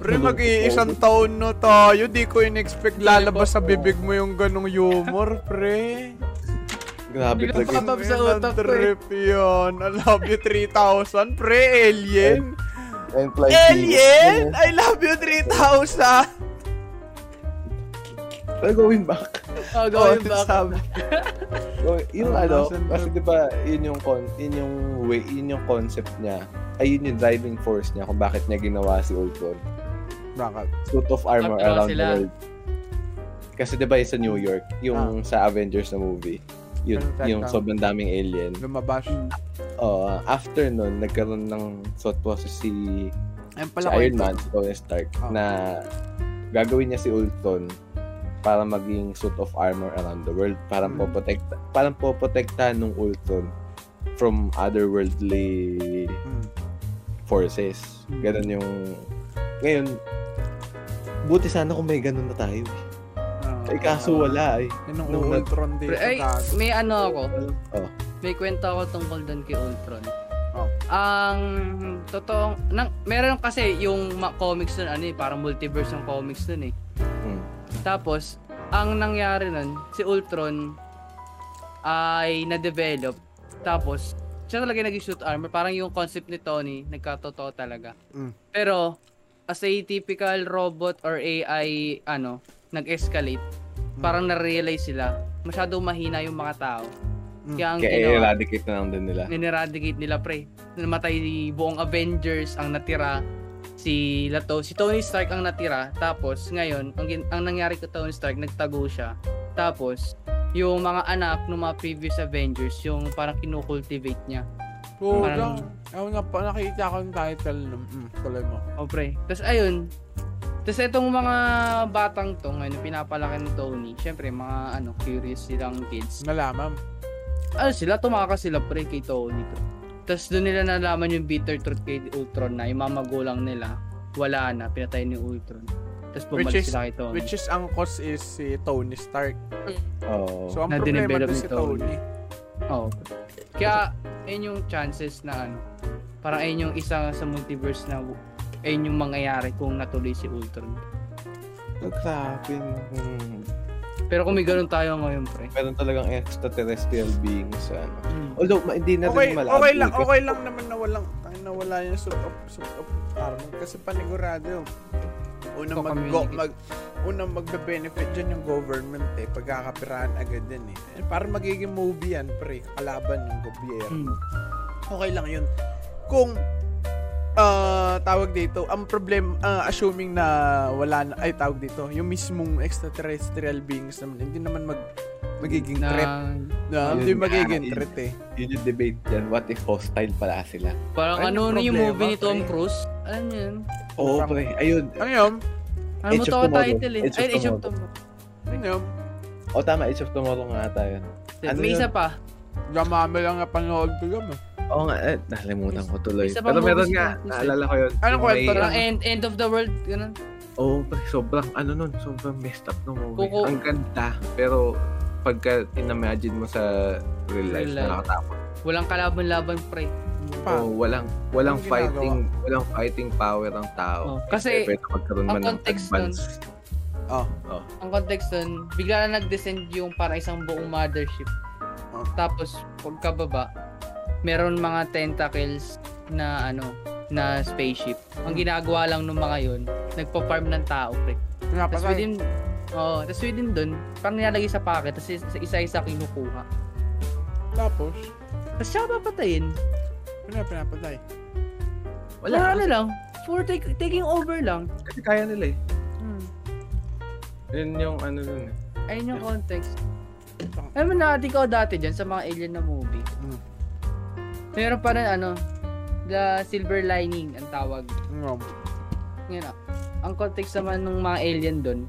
Pre, mag-iisang taon na tayo. Di ko in-expect lalabas sa bibig mo yung ganong humor, pre.
Grabe
Biglang
talaga.
pop-up sa
Yun ang
utak ko, eh.
Trip yun. I love you 3,000. Pre, alien.
And like,
Alien! I love you 3,000.
Pero going back.
Oh,
Oh,
going back.
sabi.
Go- Yung
Ah,
ano,
nasa-
kasi di ba yun yung, con- yun yung way, yun yung concept niya. Ay, yun yung driving force niya kung bakit niya ginawa si Old Boy.
Bakit?
Suit of armor
Magkaroon
around
sila.
the world. Kasi di ba sa New York,
Ah.
yung sa Avengers na movie, yun,
Perfect,
yung
ah.
sobrang daming alien.
Lumabash.
Mm.
Uh, after nun, nagkaroon ng thought process si
Ayun
si
pala ko
Iron Man, si Tony Stark,
Ah.
na gagawin niya si Ultron para maging suit of armor around the world para
Hmm.
poprotekta para poprotekta nung Ultron from otherworldly
Mm.
forces.
Hmm.
Ganun yung ngayon buti sana kung may ganun na tayo. Eh kaso wala eh.
Ah, Yun ang
Nung-
Ultron dito.
Pre, ay,
gago.
may ano ako.
Oh.
May kwento ako tungkol doon kay Ultron.
Oh.
Ang totoong nang meron kasi yung ma- comics doon ano eh, parang multiverse ng comics doon eh.
Hmm.
Tapos ang nangyari nun, si Ultron ay na-develop. Tapos siya talaga yung naging suit armor. Parang yung concept ni Tony, nagkatotoo talaga.
Mm.
Pero as a typical robot or AI ano, nag-escalate. Parang na-realize sila, masyado mahina yung mga tao.
Mm.
Kaya ang
Kaya
ginawa,
eradicate na lang din nila.
nineradicate nila pre. Namatay buong Avengers ang natira si Lato, si Tony Stark ang natira. Tapos ngayon, ang, gin- ang nangyari kay Tony Stark, nagtago siya. Tapos yung mga anak ng mga previous Avengers, yung parang kinukultivate niya.
Mm. Puta.
Parang-
Ewan nga pa, nakita ko yung title. nun. Mm, tuloy mo.
O Oh, pre. Tapos ayun. Tapos itong mga batang to, ngayon pinapalaki ni Tony, syempre mga ano, curious silang kids.
Nalaman.
ano sila, tumaka sila pre kay Tony. Tapos doon nila nalaman yung bitter truth kay Ultron na yung mga magulang nila, wala na, pinatay ni Ultron. Tapos
Which
bumalik
is-
sila kay Tony.
Which is, ang cause is si Tony Stark.
Oo.
So, ang
Na
problema
dinevelop
doon
ni
si
Tony.
Tony.
Oo. Kaya, ayun yung chances na ano, parang ayun yung isa sa multiverse na ayun yung mangyayari kung natuloy si Ultron.
Nagsabi. Hmm.
Pero kung may ganun tayo ngayon, pre.
Meron talagang extraterrestrial beings. Ano. Although, ma- hindi na
Okay,
rin malabo.
okay lang,
kasi-
okay lang naman na walang tangin na wala yung suit of suit of armor kasi panigurado yun. Unang mag go,
Co-communicate.
mag unang magbe-benefit diyan yung government eh pagkakapirahan agad din eh. And para magiging movie yan pre, kalaban yung gobyerno.
Mm.
Okay lang yun. Kung ah, tawag dito, ang problem ah, assuming na wala na ay tawag dito, yung mismong extraterrestrial beings naman hindi naman mag magiging
Na,
threat.
Yun
Na, hindi
nga,
magiging
yun.
threat eh.
Yun yung debate dyan. What if hostile pala sila?
parang
Ayun
ano
yung
na yung
problema,
movie ni Tom
pre.
Cruise. Alam niyo yun?
Oo,
Parang-
pre. Ayun.
Ano yun?
Ano mo
Age of
to ang
Tomorrow.
title eh?
Age of
Ay, Age of
Tomorrow.
Tomorrow.
Ano yun?
O tama, Age of Tomorrow nga tayo. Ano
May
yun?
isa pa.
Gamami lang na panood ko yun. eh.
Oo nga, eh, nalimutan ko tuloy.
Isa pang
Pero meron
movies
nga,
na-
naalala ko yun. Yung
Anong
may-
kwento
Parang end, end of the world, ganun.
Oo, pre. Sobrang, ano nun, sobrang messed up nung movie.
Kuko.
Ang ganda. Pero, pagka in-imagine mo sa real life,
Real life.
nakakatakot.
Walang kalaban-laban, pre.
Pa.
Oo, walang, walang
Anong
fighting, walang fighting power ang tao.
Oh, kasi,
Pwede magkaroon
ang
man ng
context
advance.
Oh.
Ang context nun, bigla na nag-descend yung para isang buong mothership.
Oh.
Tapos, pagkababa, meron mga tentacles na ano, na spaceship. Ang ginagawa lang nung mga yun, nagpa-farm ng tao, pre. Tapos
Napatay.
within, oh, tapos within dun, parang nilalagay sa packet, tapos is- isa-isa kinukuha.
Tapos,
Tapos siya papatayin.
ano na pinapatay?
Wala, ano lang, for take- taking over lang.
Kasi kaya nila eh.
Hmm.
Yun yung ano nun eh.
Ayun yung context. Alam mo na ko dati dyan sa mga alien na movie.
Mm.
Meron pa rin ano, the silver lining ang tawag.
Ano?
Ngayon, ah, ang context naman ng mga alien doon,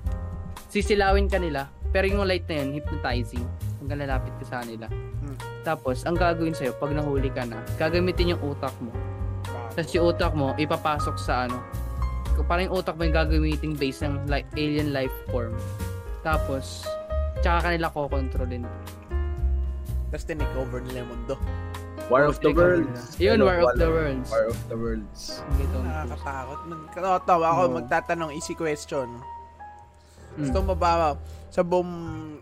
sisilawin ka nila, pero yung light na yun, hypnotizing. Hanggang lalapit ka sa nila.
Mm.
Tapos, ang gagawin sa'yo, pag nahuli ka na, gagamitin yung utak mo. Tapos yung utak mo, ipapasok sa ano. Parang yung utak mo yung gagamitin based ng li- alien life form. Tapos, tsaka kanila kokontrolin.
Tapos tinake over nila yung mundo.
War of the
Take over
Worlds.
nila. Yun,
Ano,
War of the Worlds.
War of the Worlds.
Hindi to.
Nakakatakot. Man. Katawa ako,
No.
magtatanong easy question.
Mm.
Gusto mo ba, sa buong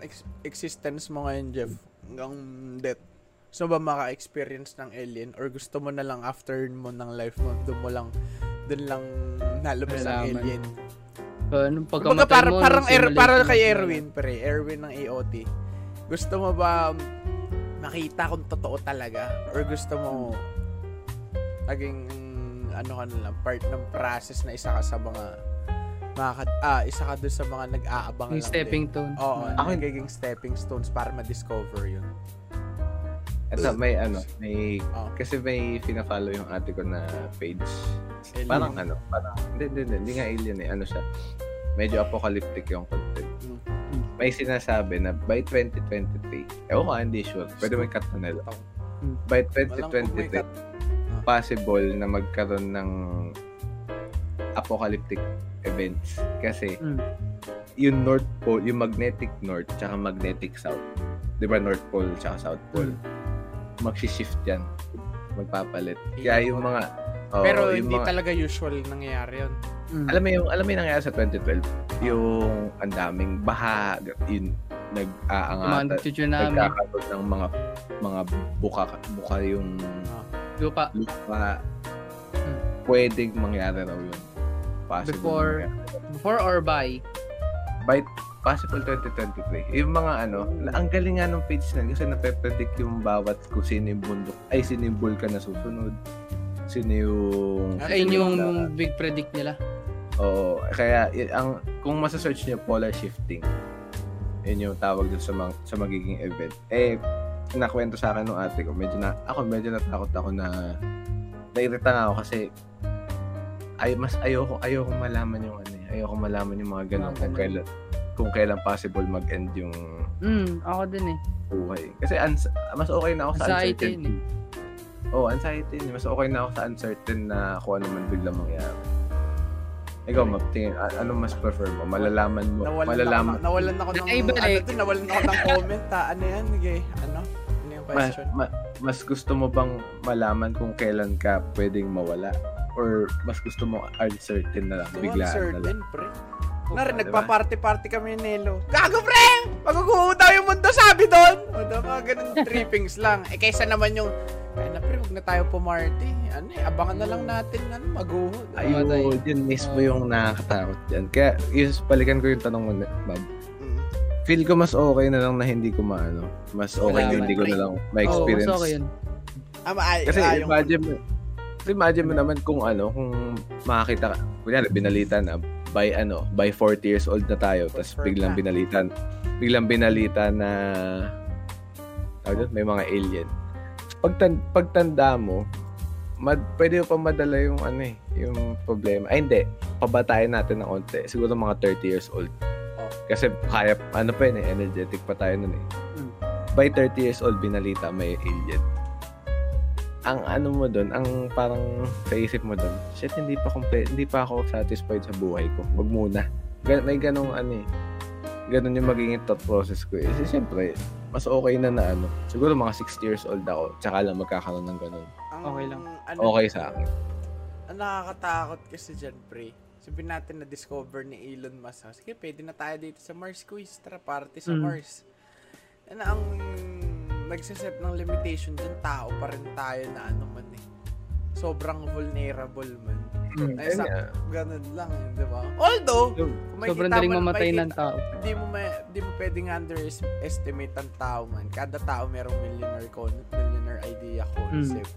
ex- existence mo ngayon, Jeff, hanggang death. Gusto mo ba maka-experience ng alien or gusto mo na lang after mo ng life mo, doon mo lang, doon lang nalabas ang
Nalaman.
alien.
Uh, nung
Kumbaga
pagkamatay
parang,
mo,
parang,
nung
er,
simulation
parang
mo.
kay Erwin, pre. Erwin ng AOT. Gusto mo ba um, makita kung totoo talaga? Or gusto mo naging mm, ano ka na lang, part ng process na isa ka sa mga mga ka- ah, isa ka doon sa mga nag-aabang
Yung
lang
stepping Mm. stone.
Din. Oo,
Ako-
nagiging stepping stones para ma-discover yun.
Ito, may ano, may,
Oh.
kasi may fina-follow yung ate ko na page.
Alien.
Parang ano, parang, hindi, hindi, hindi, hindi nga alien eh, ano siya. Medyo apocalyptic yung content.
Mm.
May sinasabi na by 2023, ewan ko, ah, hindi sure, pwede may cut na nila.
Mm.
By
Hmm. Walang kung may Ah.
2023,
kat-
possible na magkaroon ng apocalyptic events kasi
Mm.
yung North Pole, yung magnetic North tsaka magnetic South. 'Di ba North Pole tsaka South Pole?
Hmm.
Magsi-shift 'yan. Magpapalit. Kaya yung mga oo,
Pero
yung
hindi
mga-
talaga usual nangyayari yun.
Mm.
alam mo yung alam mo yung nangyari sa 2012, yung ang daming baha, yun
Yung mga
nag-aangat,
nagtsunami,
nagkakaroon ng mga mga buka buka yung
lupa.
lupa,
Hmm.
pwedeng mangyari raw yun. Possible
Before-
mangyari.
Before or by?
By possible 2023. Yung mga ano, na- ang galing nga ng page na yun kasi nape-predict yung bawat kung sino yung bundok, ay sino yung vulkan na susunod, sino yung...
Ah,
Ayun yung
na-
big predict nila.
Oo. Kaya, y- ang, kung masasearch niyo polar shifting, yun yung tawag dun sa, mga, sa magiging event. Eh, nakwento sa akin nung ate ko, medyo na, ako medyo natakot ako na, nairita nga ako kasi, ay, mas ayoko, ayoko malaman yung ano, eh, ayoko malaman yung mga ganun kung
Malaman.
kailan, kung kailan possible mag-end yung
Mm, ako din eh.
buhay. Kasi ans- mas okay na ako sa
Anxiety
uncertainty. Oo, oh, anxiety. Mas okay na ako sa uncertain na kung ano man biglang mangyari. Ikaw, Map, tingin, a- anong mas prefer mo? Malalaman mo.
Nawalan
malalaman.
ako, nawalan ako ng
Naibalik.
ano to, nawalan ako ng comment ha. Ano yan, gay? Ano? Ano yung
mas,
question?
ma- mas gusto mo bang malaman kung kailan ka pwedeng mawala? Or mas gusto mo uncertain na lang, biglaan na lang?
certain, pre. Nari,
diba?
nagpa-party-party kami ni Nelo. Gago, pre! Maguguho daw yung mundo, sabi doon! O, daw, mga ganun trippings lang. Eh, kaysa naman yung, ay na, pre, huwag na tayo pumarty. Ano eh, abangan na lang natin, ano, maguho.
Matay.
Ayun, yun mismo yung nakakatakot dyan. Kaya, yun, balikan ko yung tanong mo, Mab.
Mm.
Feel ko mas okay na lang na hindi ko maano. Mas okay na
Malaman.
hindi ko na lang
Oo,
ma-experience.
mas okay yun.
Ama, Ah, ay,
Kasi
ay, yung-
imagine mo, imagine mo naman kung ano, kung makakita ka, kunyari, binalitan na by ano, by 40 years old na tayo, tapos
Confirm
biglang
na.
binalitan, biglang binalitan na, tawag doon, may mga alien. Pagtan pagtanda mo, mad, pwede pa madala yung ano eh, yung problema. Ay hindi, pabatayin natin ng onte. Siguro mga 30 years old.
Oh.
Kasi kaya, ano pa yun eh, energetic pa tayo nun eh.
Hmm.
Mm.
By 30 years old, binalita may alien. Ang ano mo doon, ang parang sa isip mo doon, shit, hindi pa, komple- hindi pa ako satisfied sa buhay ko. Wag muna. Gan- may ganong ano eh. Ganon yung magiging thought process ko eh. Kasi syempre, mas okay na na ano. Siguro mga 60 years old ako, tsaka lang magkakaroon ng ganon.
ang,
okay lang.
Ano,
Okay sa akin.
Ang nakakatakot kasi dyan, pre. Sabihin natin na discover ni Elon Musk. ha, Sige, pwede na tayo dito sa Mars quiz. Tara, party sa
Mm.
Mars. Ano ang nagsiset ng limitation dyan? Tao pa rin tayo na ano man eh. Sobrang vulnerable man.
Mm.
Ay,
Ayun
sa,
nga.
ganun lang, eh, di ba? Although, kung makikita
Sobrang
mo
daling
na-
mamatay ng
makikita-
tao.
Di mo, may, di mo pwedeng underestimate ang tao man. Kada tao merong millionaire con- millionaire idea concept.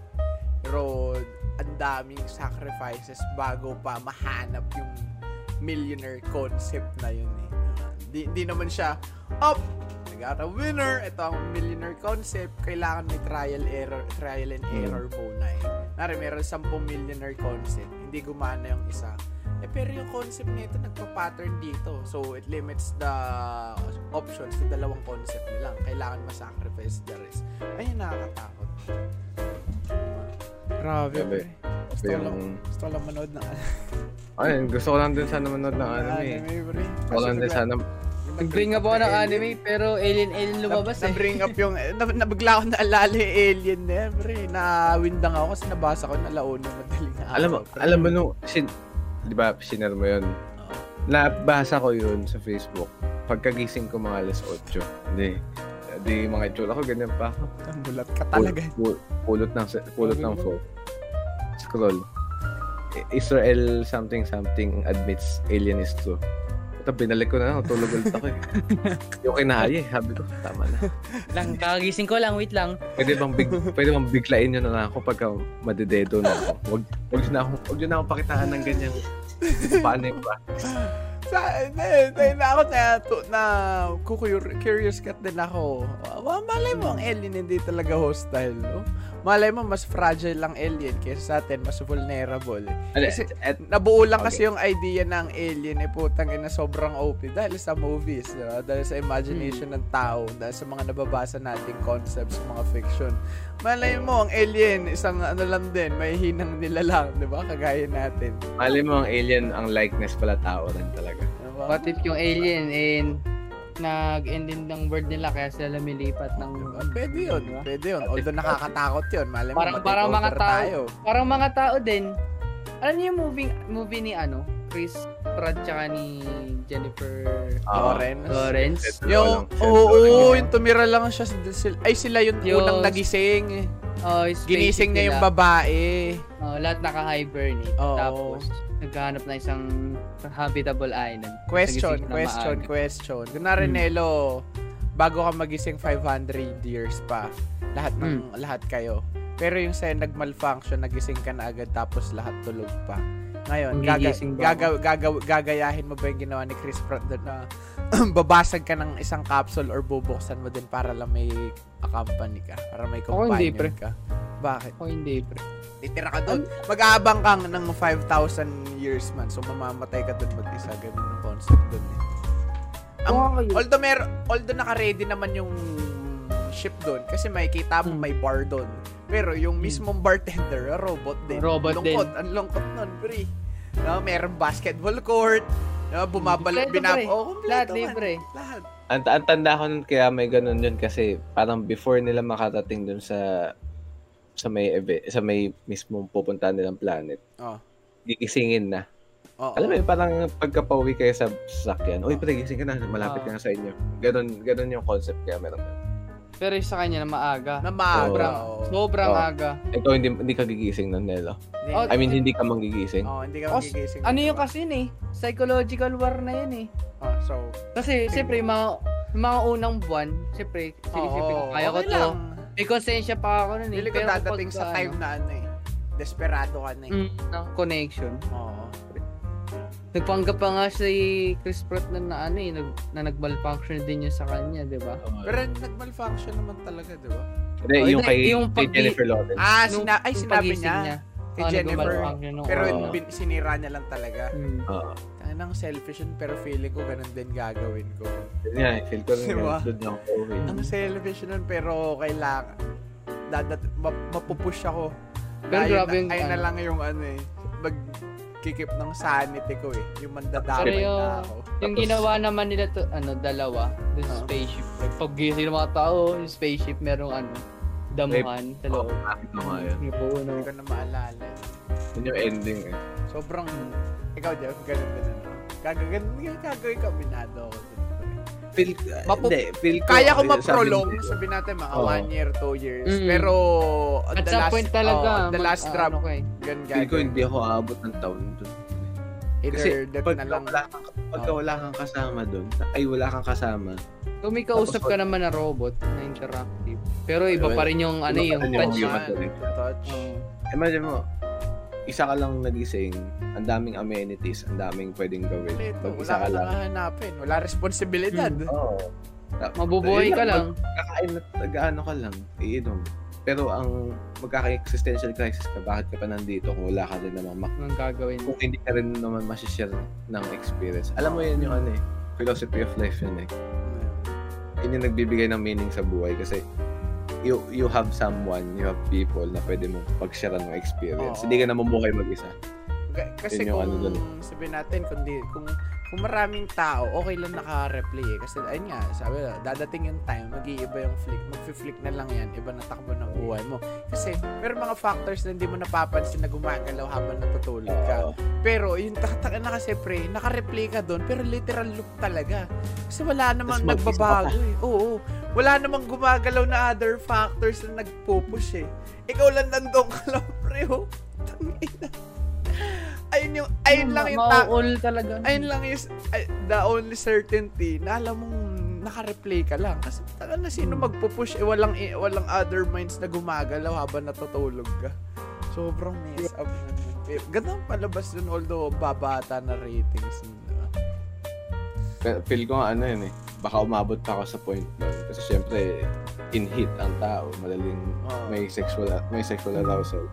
Pero, ang daming sacrifices bago pa mahanap yung millionaire concept na yun eh. Di, di naman siya, up! I got a winner! Ito ang millionaire concept. Kailangan may trial error trial and
Mm.
error muna eh. Nari, meron 10 millionaire concept. Hindi gumana yung isa. Eh, pero yung concept nito nagpa-pattern dito. So, it limits the options to dalawang concept na lang. Kailangan masacrifice the rest. Ayun, nakakatakot. Grabe.
Grabe.
pre.
Ito
Gusto ko lang,
yung-
gusto ko lang manood ng
Ayun, gusto ko lang din sana manood ng anime. eh.
pre.
Gusto ko lang din sana
Nag-bring up ako ng anime pero alien-alien lumabas eh.
Na-bring up yung, na, nabigla ako naalala yung alien na yan, pre. Na-windang ako kasi nabasa ko na laon na madaling araw.
Alam mo,
pre.
alam mo nung, sin, di ba, sinare mo yun? Nabasa ko yun sa Facebook. Pagkagising ko mga alas 8. Hindi. di mga itsura ko, ganyan pa ako.
Ang bulat ka
Pul-
talaga.
pul- Pulot ng, pulot
Sabi
ng
mo.
phone. Scroll. I- Israel something something admits alien is true. Ito, binalik ko na lang. Tulog ulit ako eh. Yung kinahaya eh. Sabi ko, tama na.
Lang, kagising ko lang, wait lang.
Pwede bang, big, pwede bang biglain nyo na lang ako pagka madededo na ako. Huwag, huwag nyo na ako, huwag nyo na ako pakitaan ng ganyan. Paano yun ba?
Sa, na, na, na ako na, to, na kukuyur- curious cut din ako. Ah, malay mo, ang alien hindi talaga hostile, no? Malay mo, mas fragile lang alien kaysa sa atin, mas vulnerable.
Ano,
Kasi,
at,
Nabuo lang
Okay.
kasi yung idea ng alien, eh, putang ina, sobrang OP dahil sa movies, di ba? dahil sa imagination ng tao, dahil sa mga nababasa nating concepts, mga fiction. Malay mo, ang alien, isang ano lang din, may hinang nila lang, di ba? Kagaya natin.
mali mo ang alien, ang likeness pala tao rin talaga.
Di ba?
What if yung alien and nag-end din ng word nila kaya sila lumilipat ng
Diba? Pwede yun,
Diba?
pwede yun. Although nakakatakot yun, malay mo,
Parang- parang
matake
mga
over
tao.
tayo.
Parang mga tao din. Alam niyo yung movie, movie ni ano? Chris Pratt tsaka ni Jennifer
Ah,
Oh, Lawrence.
Lawrence.
Walang-
Yung, oo, oo,
walang-
yung tumira lang siya, sa- sila- ay sila yung
Yung-
unang nagising.
Oh, yung spaceship
Ginising niya yung
nila.
babae.
Oh, lahat naka-hibernate.
Oo.
Tapos, naghahanap na isang habitable island.
Question,
Nagising na
question,
maaga.
question. Kunwari,
Hmm.
Nelo, bago ka magising 500 years pa, lahat
Hmm.
ng lahat kayo. Pero yung sa'yo nag-malfunction, nagising ka na agad tapos lahat tulog pa. Ngayon, gaga,
Magigising ba
gaga, gaga- gagayahin mo ba yung ginawa ni Chris Pratt doon na babasag ka ng isang capsule or bubuksan mo din para lang may accompany ka, para may
Ako
companion
hindi, pre.
ka. Bakit?
Ako Oh, hindi, pre.
Titira ka doon.
Um,
Mag-aabang kang ng 5,000 years man. So, mamamatay ka doon mag-isa. Ganun ang concept doon eh. Ang,
Oo, yun.
although, mer although naka-ready naman yung ship doon. Kasi makikita mo
Hmm.
may bar doon. Pero yung mismong bartender, ah, robot din.
Robot
lungkot. Ang lungkot nun, pre. No, merong basketball court. No, bumabalik,
Kompleto,
binab...
pre.
Oh, kompleto
Lahat
man.
libre.
Lahat.
Ang, ang tanda ko nun, kaya may ganun yun kasi parang before nila makatating dun sa sa may eve- sa may mismong pupuntahan nilang planet.
Oh.
Gigisingin na.
Oo.
Alam mo yun, parang pagkapauwi kayo sa sasakyan, uy, pre, gising ka na,
Oh.
malapit ka na sa inyo. Ganun, ganun yung concept kaya meron. ganun.
Pero yung sa kanya na maaga.
Na maaga.
Sobrang-
oo.
Sobrang
Oo.
aga.
Ikaw hindi, hindi ka gigising nun, Nelo.
Hindi.
Oh,
I mean, hindi ka manggigising.
Oo, hindi ka
Os-
magigising.
Ano yung kasi yun eh? Psychological war na yun eh.
Oh, so,
Kasi, siyempre, yung mga, yung mga unang buwan, siyempre, sinisipin ko,
oo,
kaya ko
okay
to.
lang.
May konsensya pa ako nun eh.
Pili ko
Pero kapag,
dadating sa time na ano eh. Desperado ka na
ano,
eh.
mm, ng connection.
Oo.
Nagpanggap pa nga si Chris Pratt na, na ano eh, nag, na nag-malfunction din yun sa kanya, di ba?
Pero nag-malfunction naman talaga, di ba?
Hindi,
Oh,
yung
hindi,
kay,
yung
kay
pag-
Jennifer Lawrence.
Ah,
Nung-
sina- ay,
nung
sinabi
pagising
niya. Kay
oh,
Jennifer.
nag-malfunction nung
Pero
Oo.
bin- sinira niya lang talaga.
Mm.
Oo.
Tanang selfish yun, pero feeling ko ganun din gagawin ko.
Yun nga, eh, feel ko rin
Diba?
yun, doon ako pauwi.
Ang selfish nun, pero kailangan. Dadat, ma- mapupush ako.
Pero
Ayun
grabe
na-
yung-
Ayun na lang yung ano eh. Magkikip ng sanity ko eh. Yung mandadamay
Pero yung-
na ako.
Yung
Tapos-
ginawa naman nila to, ano, dalawa, dun sa
Oo.
spaceship. Like, pag gising ng mga tao, yung spaceship merong ano, damuhan sa
Oo,
loob.
bakit nga yun?
Yung puno.
Hindi ko na maalala. eh.
Yun yung ending eh.
Sobrang, ikaw Jeff, ganun din ano. Gagagawin, gagawin ka, binado ako dun.
Feel, ah,
Mapu-
hindi, feel ko. sabi
Kaya ko
oh.
ma-prolong,
ni-
sabi natin mga
Oo.
one year, two years.
Mm.
Pero, on
At
the
sa
last,
point talaga,
oh, on the
mag-
last drop,
ano ko eh.
ganun
Feel ko
gagawin.
hindi ako aabot ng taon doon.
Either death
Pag
na lang. Oh.
wala kang, pagka wala kang kasama doon, ay wala kang kasama,
Kung may kausap
Tapos,
ka naman na robot na interactive. Pero iba
Ayun.
pa rin yung ano eh,
Iba pa
yung
rin
touch.
yung
Yung,
ano.
Touch. touch.
Imagine mo, isa ka lang nagising, ang daming amenities, ang daming pwedeng gawin.
Kompleto,
Pag
wala
isa
ka
ka lang.
nang hahanapin. Wala responsibilidad.
Mm.
Oo.
mabubuhay ka lang.
Kakain at nag-ano ka lang, iinom. Pero ang magkaka-existential crisis ka, bakit ka pa nandito kung wala ka rin naman mak-
Anong gagawin mo?
kung hindi ka rin naman masishare ng experience. Alam mo yun yung ano eh, philosophy of life yun eh.
Mm.
Yun yung nagbibigay ng meaning sa buhay kasi you you have someone, you have people na pwede mong pag-share ng experience.
Oo.
Hindi ka na mamuhay mag-isa.
K- Kasi
Yun yung
kung,
ano dun.
sabihin natin, kung, di, kung, kung maraming tao, okay lang naka-replay eh. Kasi, ayun nga, sabi na, dadating yung time, mag-iiba yung flick, mag-flick na lang yan, iba na takbo ng buhay mo. Kasi, pero mga factors na hindi mo napapansin na gumagalaw habang natutulog ka.
Oo.
Pero, yung tatakana na kasi, pre, naka-replay ka doon, pero literal loop talaga. Kasi wala namang
Tapos mag-isa ka
nagbabago eh. Oo, wala namang gumagalaw na other factors na nagpupush eh. Ikaw lang nandun ka lang, pre, oh. Tangina. Ayun yung,
Hmm,
ayun lang yung, ta-
Mauul talaga.
ayun lang is ay- the only certainty na alam mong naka-replay ka lang. Kasi taka na sino magpupush eh, walang, eh, walang other minds na gumagalaw habang natutulog ka. Sobrang mess up. na nun. Eh, Ganda ang palabas dun, although babata na ratings. nun, ah. di ba?
Kaya Feel ko nga ano yun eh. Baka umabot pa ako sa point doon. Kasi syempre, in heat ang tao. Madaling
Oo.
may sexual may sexual
Mm.
arousal.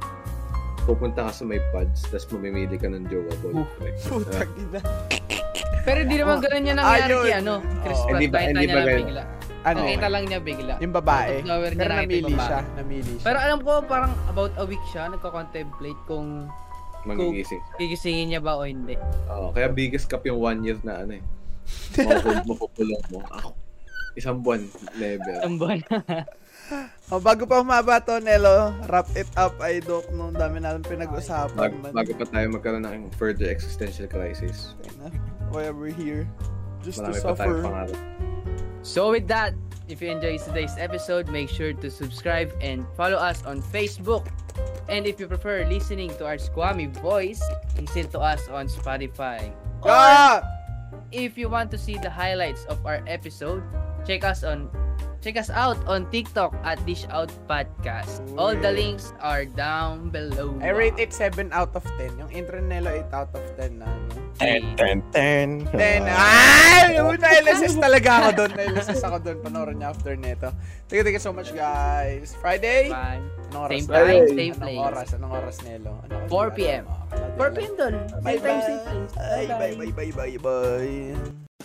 Pupunta ka sa may pods, tapos mamimili ka ng jowa ah, boy.
Oh.
Putang
uh,
ina.
Pero di naman ganun yan nangyari
Oh. Ayun. Oh. Eh,
kay ano, Chris
Oo.
Pratt.
Hindi ba-
Nakita
hindi
niya
ba
lang
ganun?
bigla.
Ano?
Nakita lang niya bigla.
Yung babae.
Yung flower niya
Pero
nakita yung
namili
babae.
siya. Namili siya.
Pero alam ko parang about a week siya nagko-contemplate kung
Magigising.
gigisingin niya ba o hindi.
Oo, kaya biggest cup yung one year na ano eh. Mapu- Mapupulong mo. Ako. Isang buwan level.
Ang buwan.
oh, bago pa humaba to, Nelo, wrap it up, ay Doc. No, Ang dami natin pinag-usapan.
Bago,
man.
bago pa tayo magkaroon ng further existential crisis.
Tena. Why we're here. Just
Marami pa tayong
to suffer.
pangarap.
So with that, if you enjoyed today's episode, make sure to subscribe and follow us on Facebook. And if you prefer listening to our squammy voice, listen to us on Spotify. Or
Ah!
if you want to see the highlights of our episode, check us on check us out on TikTok at Dish Out Podcast. All the
Uy.
links are down below.
I rate it 7 out of 10. Yung intro ni Nelo, 8 out of 10 na. Ano.
ten, ten.
10. Ah! Yun, na-LSS talaga ako doon. Na-LSS ako doon. Panoorin niya after neto. Thank you, thank you so much, guys. Friday?
Bye.
Anong oras?
Same
ba?
time,
same
Anong
place.
oras? Anong oras, Nelo? Anong
4
oras ba?
p.m.
Ano?
4 p.m. doon. Same time, same place.
Bye-bye. Bye-bye. Bye-bye. Bye-bye.